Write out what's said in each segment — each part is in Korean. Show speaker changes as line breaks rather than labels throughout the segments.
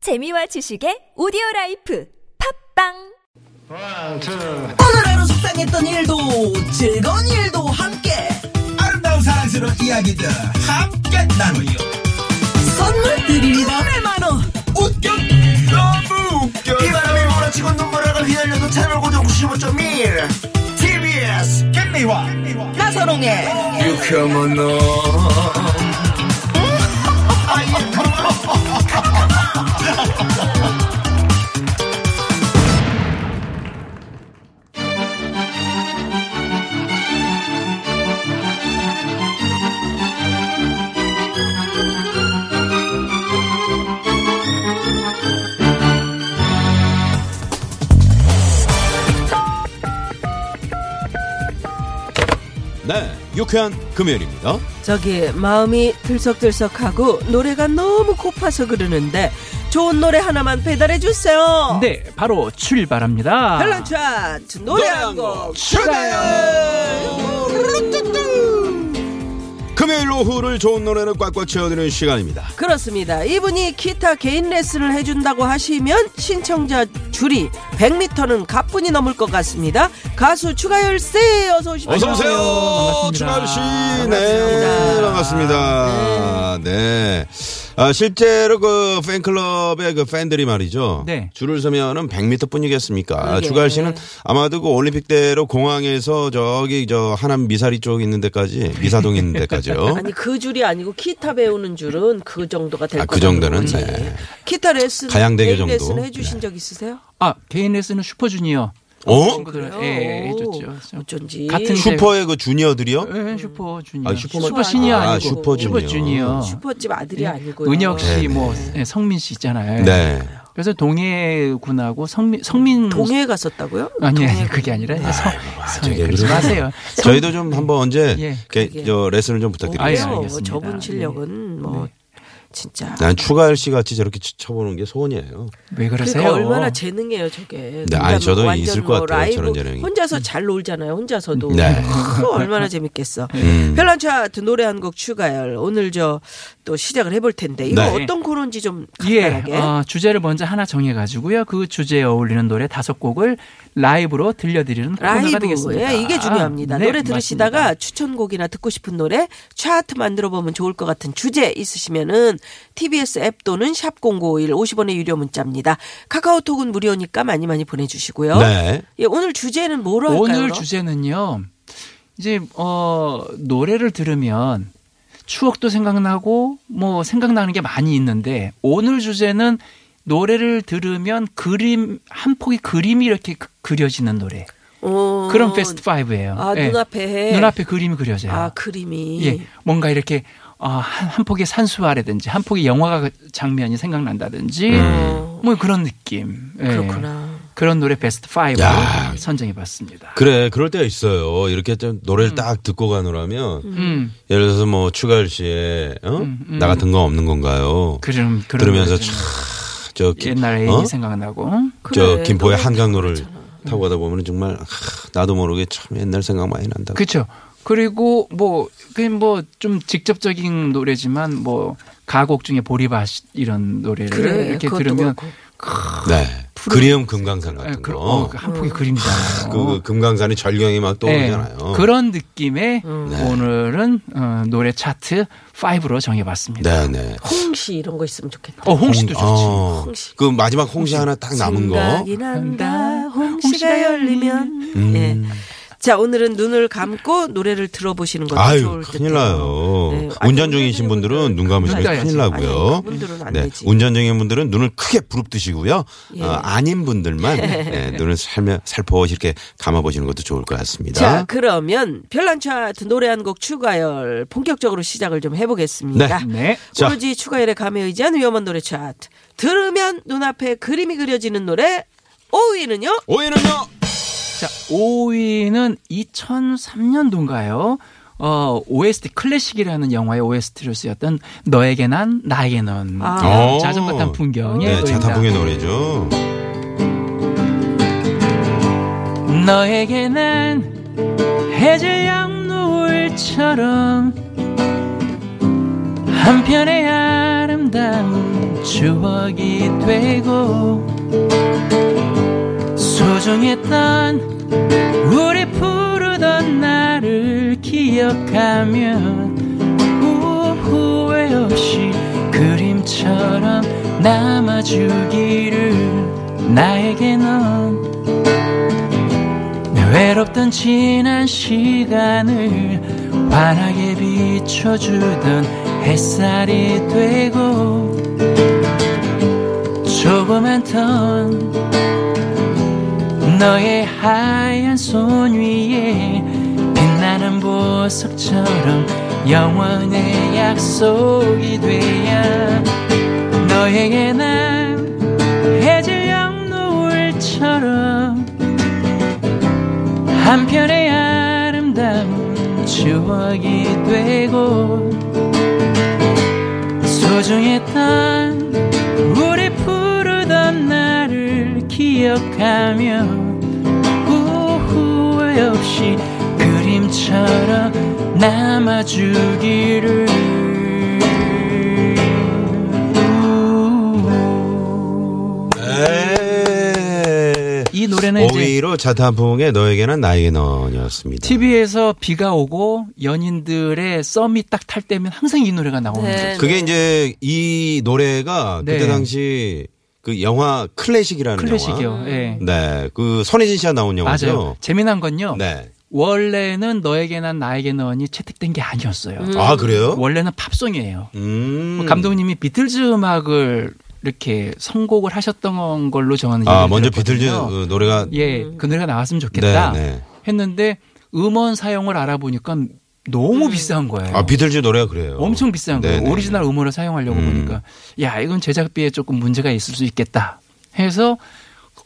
재미와 지식의 오디오 라이프 팝빵
One, two.
오늘 하루 속상했던 일도 즐거운 일도 함께
아름다운 사랑스러운 이야기들 함께 나누요.
선물 드립니다 100만원
웃겨 너무 웃겨.
바람이 몰아치고 눈물을 휘날려도 채널 고정 95.1 TBS
김미화
나선홍의
네, 유쾌한 금요일입니다.
저기 마음이 들썩들썩하고 노래가 너무 고파서 그러는데 좋은 노래 하나만 배달해주세요
네, 바로 출발합니다.
별난 차트 노래 한곡
금요일 오후를 좋은 노래를 꽉꽉 채워드리는 시간입니다.
그렇습니다 이분이 기타 개인 레슨을 해준다고 하시면 신청자 줄이 100m는 가뿐히 넘을 것 같습니다 가수 추가열세 어서오십시오
어서 오세요,
반갑습니다.
준하 씨.
반갑습니다.
네, 반갑습니다. 네, 아, 실제로 그 팬클럽의 그 팬들이 말이죠.
네.
줄을 서면은 100m뿐이겠습니까?
그러게.
주갈 씨는 아마도 그 올림픽대로 공항에서 저기 저 하남 미사리 쪽 있는 데까지 미사동 있는 데까지요.
아니 그 줄이 아니고 기타 배우는 줄은 그 정도가 될
아,
거예요.
그 정도는, 네.
기타 레슨
가양대교
개인
정도. 네.
레슨 해주신 적 있으세요?
아, 개인 레슨은 슈퍼주니어.
어?
친구들 예, 예,
오,
해줬죠.
어쩐지.
같은
슈퍼의 그 주니어들이요?
예, 슈퍼주니어.
아, 슈퍼-
슈퍼, 시니어
아,
아니고
슈퍼주니어.
슈퍼주니어.
슈퍼집 아들이 아니고요.
예, 은혁 씨,
네네.
뭐 예, 성민 씨 있잖아요.
네.
그래서 동해군하고 성민 성민
동해 갔었다고요?
아니 아니 그게 아니라 성, 성
갑자기
그러지
그러네.
마세요. 성-
저희도 좀 한번 언제
예,
이렇게 저 레슨을 좀
아예
부탁드리겠습니다.
그래요.
알겠습니다.
어, 뭐 저분 실력은 뭐
네.
진짜.
난 추가할 씨 같이 저렇게 치- 쳐보는 게 소원이에요.
왜 그러세요?
그러니까 얼마나 재능이에요, 저게.
네, 아니,
그러니까
저도
완전
있을 것 같아요,
라이브
저런 재능이. 음.
혼자서 잘 놀잖아요, 혼자서도.
네. 음.
그거 얼마나 재밌겠어. 별난 차트 노래 한 곡 추가열. 오늘 저 또 시작을 해볼 텐데 이거
네.
어떤 코너인지 좀
예,
간단하게.
어, 주제를 먼저 하나 정해가지고요. 그 주제에 어울리는 노래 다섯 곡을 라이브로 들려드리는 코너가
라이브
되겠습니다.
예, 이게 중요합니다.
아, 네,
노래 들으시다가
맞습니다.
추천곡이나 듣고 싶은 노래 차트 만들어 보면 좋을 것 같은 주제 있으시면은 TBS 앱 또는 샵 #0951 50원의 유료 문자입니다. 카카오톡은 무료니까 많이 많이 보내주시고요.
네.
예, 오늘 주제는 뭐로 할까요?
오늘
그럼?
주제는요. 이제 어 노래를 들으면 추억도 생각나고 뭐 생각나는 게 많이 있는데 오늘 주제는 노래를 들으면 그림 한 폭의 그림이 이렇게 그- 그려지는 노래.
어,
그런 베스트 5예요.
아, 눈앞에.
눈앞에 그림이 그려져요.
아 그림이
예. 뭔가 이렇게 어, 한, 한 폭의 산수화라든지 한 폭의 영화가 그 장면이 생각난다든지
음.
뭐 그런 느낌. 예.
그렇구나.
그런 노래 베스트 5를
야.
선정해 봤습니다.
그래, 그럴 때가 있어요. 이렇게 좀 노래를 딱 듣고 가느라면
음.
예를 들어서 뭐 추가할 씨의 어? 나 같은 건 없는 건가요?
그럼 그런
들으면서
거죠.
저 기-
옛날 애기
어?
생각나고
저
그래,
김포의
노래
한강로를
음.
타고 가다 보면 정말 하, 나도 모르게 참 옛날 생각 많이 난다.
그렇죠. 그리고 뭐 그냥 뭐좀 직접적인 노래지만 뭐 가곡 중에 보리밭 이런 노래를
그래,
이렇게
그것도
들으면
그렇고.
네. 그리움 금강산 같은
그,
거.
어, 그
음.
한폭의 그림이잖아요.
그, 그 금강산의 절경이 막 떠오르잖아요. 네.
예, 그런 느낌의
음.
오늘은 어, 노래 차트 5로 정해봤습니다.
네, 네.
홍시 이런 거 있으면 좋겠다.
어, 홍씨도 좋지.
어,
홍시.
그 마지막 홍시 하나 딱 남은 거.
생각이 난다. 홍시가 열리면. 예.
음.
자 오늘은 눈을 감고 노래를 들어보시는 것도
아유,
좋을 듯
큰일 나요.
네. 아니,
운전 중이신 분들은 눈 감으시면
그래야지.
큰일 나고요.
아니, 그분들은 안
네.
되지. 예.
운전 중인 분들은 눈을 크게 부릅뜨시고요. 어, 아닌 분들만 네, 눈을 살며 살포시 이렇게 감아보시는 것도 좋을 것 같습니다.
자 그러면 별난 차트 노래 한 곡 추가열 본격적으로 시작을 좀 해보겠습니다.
네.
네.
자.
오로지 추가열의 감에 의지한 위험한 노래 차트 들으면 눈앞에 그림이 그려지는 노래 5위는요.
오해는요.
자, 5위는 2003년도인가요? 어, OST 클래식이라는 영화의 OST로 쓰였던 너에게 난 나에게 넌
아.
자전거 탄 풍경의
네,
노래입니다.
자타풍의 노래죠.
너에게 난 해질녘 노을처럼 한편의 아름다운 추억이 되고 소중했던 우리 부르던 나를 기억하면 후- 후회 없이 그림처럼 남아주기를 나에게 넌 외롭던 지난 시간을 환하게 비춰주던 햇살이 되고 조그만 턴 너의 하얀 손 위에 빛나는 보석처럼 영원의 약속이 돼야 너에게 난 해질 영노을처럼 한편의 아름다운 추억이 되고 소중했던 우리 부르던 나를 기억하며 후- 후회 없이 그림처럼 남아주기를
네.
이 노래는
네,
이제
오히려 자타풍의 너에게는 나에게 넌이었습니다.
TV에서 비가 오고 연인들의 썸이 딱 탈 때면 항상 이 노래가 나오는 거죠.
네.
그게 이제 이 노래가
네.
그때 당시 그 영화 클래식이라는 영화.
클래식이요. 예.
네. 그 손예진 씨가 나온 영화죠.
맞아요. 재미난 건요.
네.
원래는 너에게 난 나에게 넌이 채택된 게 아니었어요.
아, 그래요?
원래는 팝송이에요.
음.
뭐 감독님이 비틀즈 음악을 이렇게 선곡을 하셨던 걸로 저는
아,
얘기를
먼저 비틀즈
들었거든요.
그 노래가
예, 그 노래가 나왔으면 좋겠다
네, 네.
했는데 음원 사용을 알아보니까 너무 비싼 거예요.
아, 비틀즈 노래가 그래요.
엄청 비싼 거예요.
네네.
오리지널 음원을 사용하려고
음.
보니까 야 이건 제작비에 조금 문제가 있을 수 있겠다 해서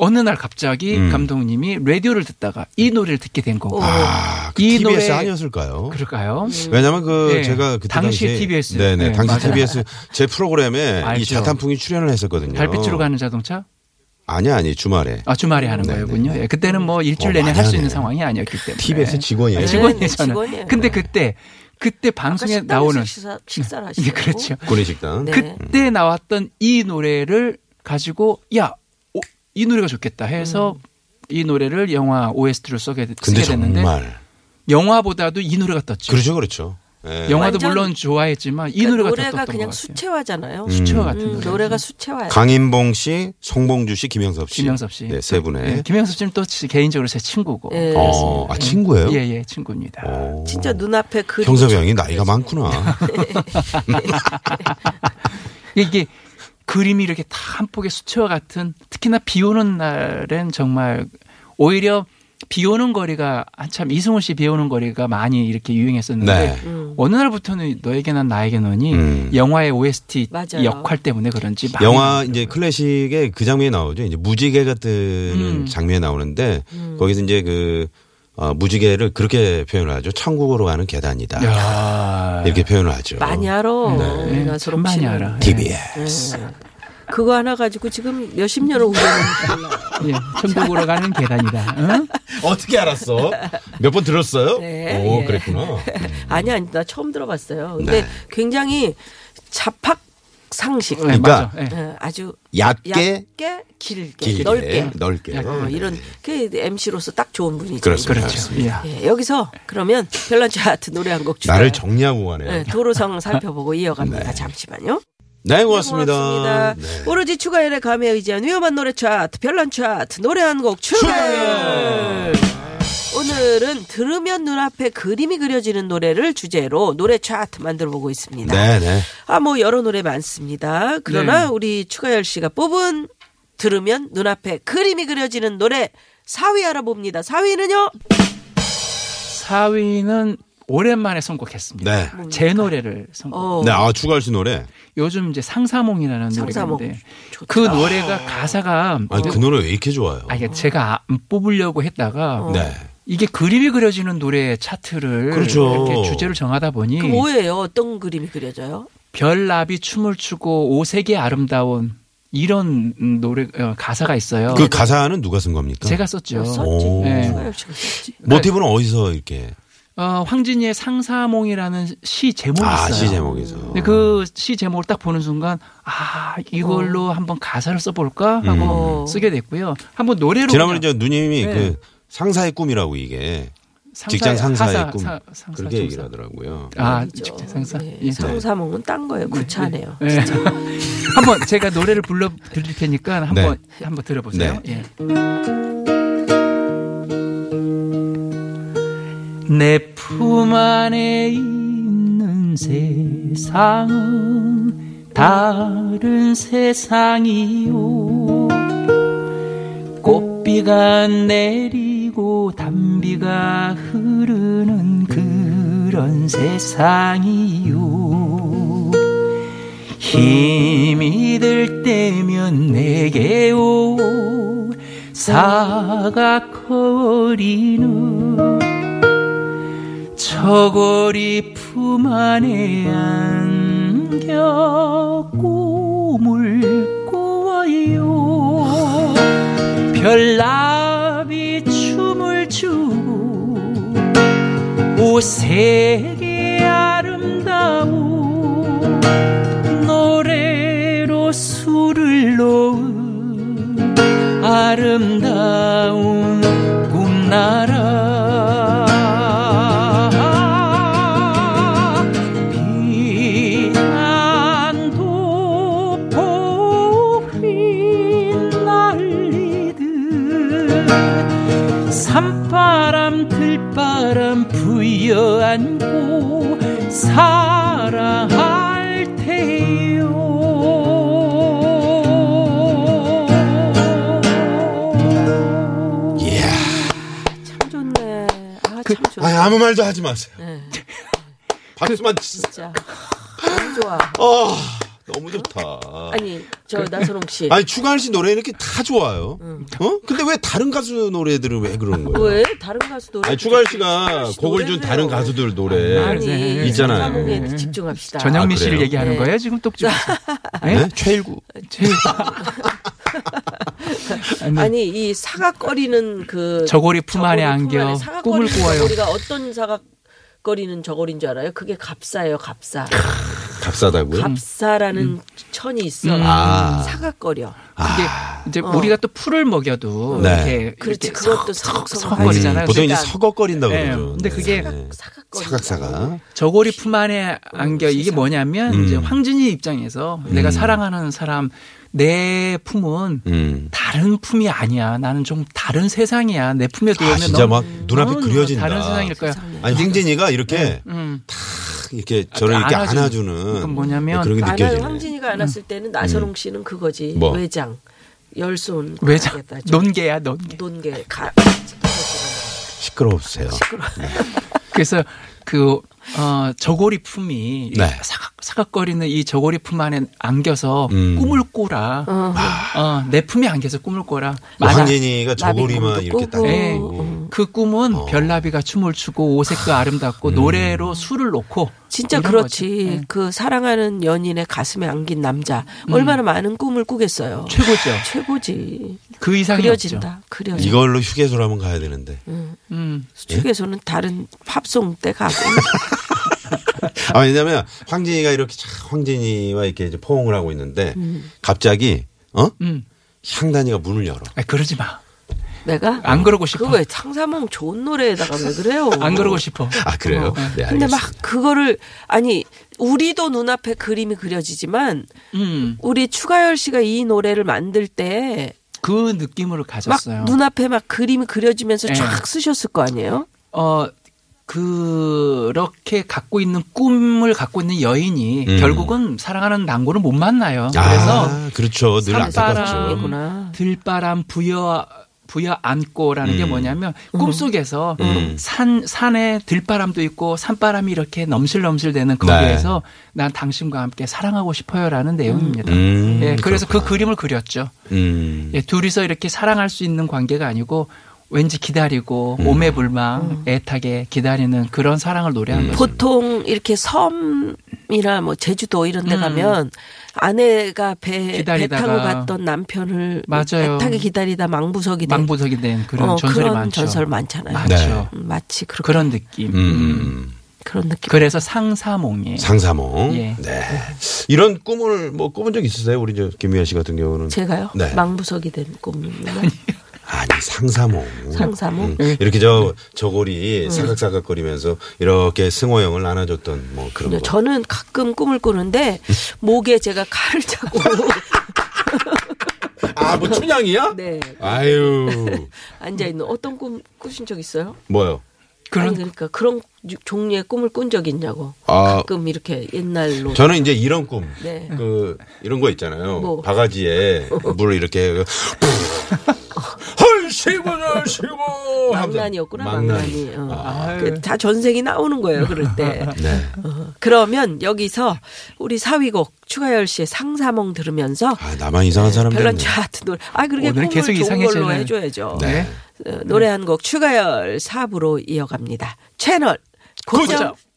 어느 날 갑자기
음.
감독님이 라디오를 듣다가 이 노래를 듣게 된 거고
아, 그
이
TBS
노래-
아니었을까요?
그럴까요?
왜냐면 그
네.
제가 그때
당시
당시에
TBS.
네네
네,
당시
맞아요.
TBS 제 프로그램에
알죠.
이 자탄풍이 출연을 했었거든요.
달빛으로 가는 자동차?
아니 아니 주말에
아 주말에 하는
네네.
거였군요. 예, 그때는 뭐 일주일
어,
내내 할 수 있는
많이 하네.
상황이 아니었기 때문에
TBS 직원이에요.
아,
네,
직원이에요. 저는.
직원이에요.
근데 그때 그때 방송에
식당에서
나오는
식사, 식사를 하시고
예, 그렇죠.
군의식당.
네.
그때 나왔던 이 노래를 가지고 야, 어, 이 노래가 좋겠다 해서
음.
이 노래를 영화 OST로 쓰게,
근데
쓰게 됐는데
정말
영화보다도 이 노래가 떴죠.
그렇죠 그렇죠. 예.
영화도
완전-
물론 좋아했지만 이 노래가
그러니까
더
노래가
떴던 것
그냥
같아요.
수채화잖아요.
수채화 같은
음,
노래.
노래가 수채화예요.
강인봉 씨, 송봉주 씨, 김영섭 씨.
김영섭 씨.
네, 세 분의.
네, 김영섭 씨는 또 지- 개인적으로 제 친구고.
예.
어, 아 친구예요? 어.
예, 예, 친구입니다.
오.
진짜 눈앞에 그
형섭이 형이 나이가 많구나.
이게 그림이 이렇게 다 한 폭의 수채화 같은 특히나 비 오는 날엔 정말 오히려 비 오는 거리가 한참 이승훈 씨 비 오는 거리가 많이 이렇게 유행했었는데
네.
음.
어느 날부터는 너에게 난 나에게 너니
음.
영화의 OST
맞아요.
역할 때문에 그런지 많이
영화 이제 클래식의 그 장면이 나오죠. 이제 무지개 같은
음.
장면이 나오는데
음.
거기서 이제 그 어, 무지개를 그렇게 표현을 하죠. 천국으로 가는 계단이다.
야.
이렇게 표현을 하죠.
많이 알아.
아, 네,
우리가
참 많이
졸업식은.
알아.
네.
음.
TBS.
그거 하나 가지고 지금 몇십 년을 우려는
예, 천국으로 가는 계단이다. 응? 네,
어떻게 알았어? 몇 번 들었어요?
네,
오,
예.
그랬구나.
아니 아니 나 처음 들어봤어요. 근데
네.
굉장히 자팍 상식.
네,
그러니까.
맞아. 예.
예, 아주
음. 얕게,
얇게 길게,
길게,
넓게
넓게. 음.
어, 이런 그 MC로서 딱 좋은 분이죠.
그렇습니다.
그렇죠. 예.
예, 여기서 그러면 별난 차트 노래 한 곡 주세요.
나를 정리하고 가네요.
예, 도로상 살펴보고 이어갑니다. 잠시만요.
네, 고맙습니다.
고맙습니다.
네.
오로지 추가열의 감에 의지한 위험한 노래 차트, 별난 차트, 노래 한 곡 추가열. 오늘은 들으면 눈앞에 그림이 그려지는 노래를 주제로 노래 차트 만들어 보고 있습니다.
네, 네.
아, 뭐 여러 노래 많습니다. 그러나
네.
우리 추가열 씨가 뽑은 들으면 눈앞에 그림이 그려지는 노래 4위 알아봅니다. 4위는요?
4위는 오랜만에 선곡했습니다.
네.
제 노래를 선곡.
어.
네, 아, 추가할 수 노래.
요즘 이제 상사몽이라는
상사몽.
노래인데
좋다.
그 노래가 가사가
아니, 그 노래 왜 이렇게 좋아요?
아, 이게 제가 안 뽑으려고 했다가
어.
네.
이게 그림이 그려지는 노래 차트를
그렇죠.
이렇게 주제를 정하다 보니
그 뭐예요? 어떤 그림이 그려져요?
별나비 춤을 추고 오색이 아름다운 이런 음, 노래 어, 가사가 있어요.
그 가사는 누가 쓴 겁니까?
제가 썼죠.
썼지.
오.
네.
추가열 씨가 썼지.
모티브는 어디서 이렇게
어, 황진이의 상사몽이라는 시 제목이
아,
있어요.
시 제목에서.
근데 그 시 제목을 딱 보는 순간 아
어.
이걸로 한번 가사를 써볼까 하고
음.
쓰게 됐고요. 한번 노래로
지난번에
그냥
저 누님이
네.
그 상사의 꿈이라고 이게
상사의-
직장 상사의
하사,
꿈
사- 상사,
그렇게
상사.
얘기를 하더라고요.
아
아니죠.
직장 상사
예,
예.
상사몽은 딴 거예요. 구차하네요.
예. 한번 제가 노래를 불러 드릴 테니까 한번 한번 들어보세요. 예. 내 품 안에 있는 세상은 다른 세상이요. 꽃비가 내리고 담비가 흐르는 그런 세상이요. 힘이 들 때면 내게 오 사각거리는 저고리 품 안에 안겨 꿈을 꾸어요 별나비 춤을 추고 오색의 아름다운 노래로 술을 놓은 아름다운 꿈나라 비난도 봄이 날리듯 산바람 들바람 부여안고 사랑할 테요
이야.
참 좋네. 아,
그,
참 좋네. 네,
아, 아무 말도 하지 마세요. 박수만 치세요.
진짜. 너무 좋아.
아, 너무 좋다.
아니,
그,
저 나선홍 씨.
아니 추가할 씨 노래 이렇게 다 좋아요.
음.
어? 근데 왜 다른 가수 노래들은 왜 그런 거예요?
왜? 다른 가수 노래.
아니 추가할 씨가
추가할 씨
곡을 준
노래를요.
다른 가수들 노래
네.
아니,
있잖아요.
상사몽에 집중합시다.
아,
전영미 씨를
그래요?
얘기하는
네.
거예요 지금 똑집
네? 최일구.
아니, 이 사각거리는 그.
저고리 품 안에 안겨 꿈을 꾸어요.
저고리가 어떤 사각거리는 저고리인 줄 알아요? 그게 갑사예요, 갑사.
음. 아.
값싸다고요?
갑사라는 천이 있어.
아.
사각거려.
이제 우리가 또 풀을 먹여도
어. 네.
이렇게
그렇지,
이렇게
그것도
음,
거리잖아요.
보통 이제
그러니까.
서걱거린다고
네,
그러죠.
근데 그게
사각거리.
사각사각.
저고리 품 안에 안겨 이게 뭐냐면
음.
이제 황진이 입장에서 내가 사랑하는 사람 내 품은
음.
다른 품이 아니야. 나는 좀 다른 세상이야. 내 품에 들어오면
아 진짜
너무-
막 눈앞이
너무
그려진다.
다른 세상일 거야.
아니 황진이가 이렇게
음.
탁 이렇게 저를 이렇게
안아주는-
안아주는
그건 뭐냐면
그런 게
안
느껴지네. 음.
할 황진이가 안 왔을 때는 나선홍 씨는 그거지.
뭐?
외장. 열손.
외장
가겠다. 좀
논개야 논개.
논개. 가.
시끄러우세요.
그래서 그 어, 저고리 품이
네.
사각, 사각거리는 이 저고리 품 안에 안겨서
음.
꿈을 꾸라. 어. 내 품에 안겨서 꿈을 꿔라. 만화-
황진이가 저고리만 이렇게 딱.
예.
네.
음.
그 꿈은 별나비가 춤을 추고 오색도
음.
아름답고 노래로 술을 놓고
진짜
이런
그렇지.
거죠. 예.
그 사랑하는 연인의 가슴에 안긴 남자. 얼마나 많은 꿈을 꾸겠어요.
음. 최고죠.
최고지.
그 이상이 없죠.
그려진다. 그려져.
이걸로 휴게소로 한번 가야 되는데.
음.
예?
수축에서는 다른 팝송 때 가고.
아 왜냐면 황진이가 이렇게 촥 황진이와 이렇게 이제 포옹을 하고 있는데 갑자기 어
음.
향단이가 문을 열어.
아, 그러지 마.
내가
안 그러고 싶어.
음. 그왜 상사몽 좋은 노래에다가 왜 그래요?
안 그러고 싶어.
아 그래요? 네
근데
알겠습니다.
막 그거를 아니 우리도 눈앞에 그림이 그려지지만
음.
우리 추가열 씨가 이 노래를 만들 때 막
그 느낌으로 가졌어요.
눈앞에 막 그림이 그려지면서
예.
쫙 쓰셨을 거 아니에요?
어 그렇게 갖고 있는 꿈을 갖고 있는 여인이
음.
결국은 사랑하는 남고를 못 만나요. 그래서
아, 그렇죠. 늘 안타깝죠.
산바람이구나.
들바람 부여 부여 안고라는 게
음.
뭐냐면 꿈속에서
음.
산 산에 들바람도 있고 산바람이 이렇게 넘실넘실대는 거기에서 난 당신과 함께 사랑하고 싶어요라는 내용입니다.
네. 음,
예, 그래서 그
그렇구나.
그림을 그렸죠.
음.
예, 둘이서 이렇게 사랑할 수 있는 관계가 아니고 왠지 기다리고
음.
오매불망
음.
애타게 기다리는 그런 사랑을 노래하는
음.
거죠.
보통 이렇게 섬이나 뭐 제주도 이런 데 가면 아내가 배, 배
음. 기다리다가.
타고 갔던 남편을
맞아요.
배 타게 기다리다 망부석이 된
망부석이 된 그런
어,
전설이
그런
많죠.
전설 많잖아요.
많죠.
네.
음, 마치 그렇게 그런,
그런 느낌.
음, 음.
느낌.
그래서 상사몽이에요.
상사몽.
예.
네. 이런 꿈을 뭐 꾸본 적 있으세요? 우리 저 김미아 씨 같은 경우는.
제가요?
네.
망부석이 된 꿈입니다.
아니 상사몽.
상사몽?
예.
이렇게 저 저고리 사각사각거리면서 이렇게 승호 형을 안아줬던 뭐 그런 거.
네, 저는 가끔 꿈을 꾸는데 목에 제가 칼을 차고
아뭐 춘향이야?
네.
아유
앉아 있는 어떤 꿈 꾸신 적 있어요?
뭐요?
음. 그런
아니 그러니까 그런 유- 종류의 꿈을 꾼 적 있냐고.
아.
가끔 이렇게 옛날로
저는 이제 이런 꿈.
네.
그 이런 거 있잖아요.
뭐. 어.
바가지에 물 이렇게 헐시고 헐시고
망난이었구나
망나니.
망난이. 어.
어, 아유.
그 다 전생이 나오는 거예요 그럴 때.
네.
어, 그러면 여기서 우리 사위곡 추가열 씨의 상사몽 들으면서
아 나만 이상한 사람
별난
됐네.
차트 노래. 아 그렇게
오늘
꿈을
계속
좋은 걸로
이상해지네.
해줘야죠.
네.
어, 노래 한 곡 추가열 4부로 이어갑니다. 채널 고정.
고정.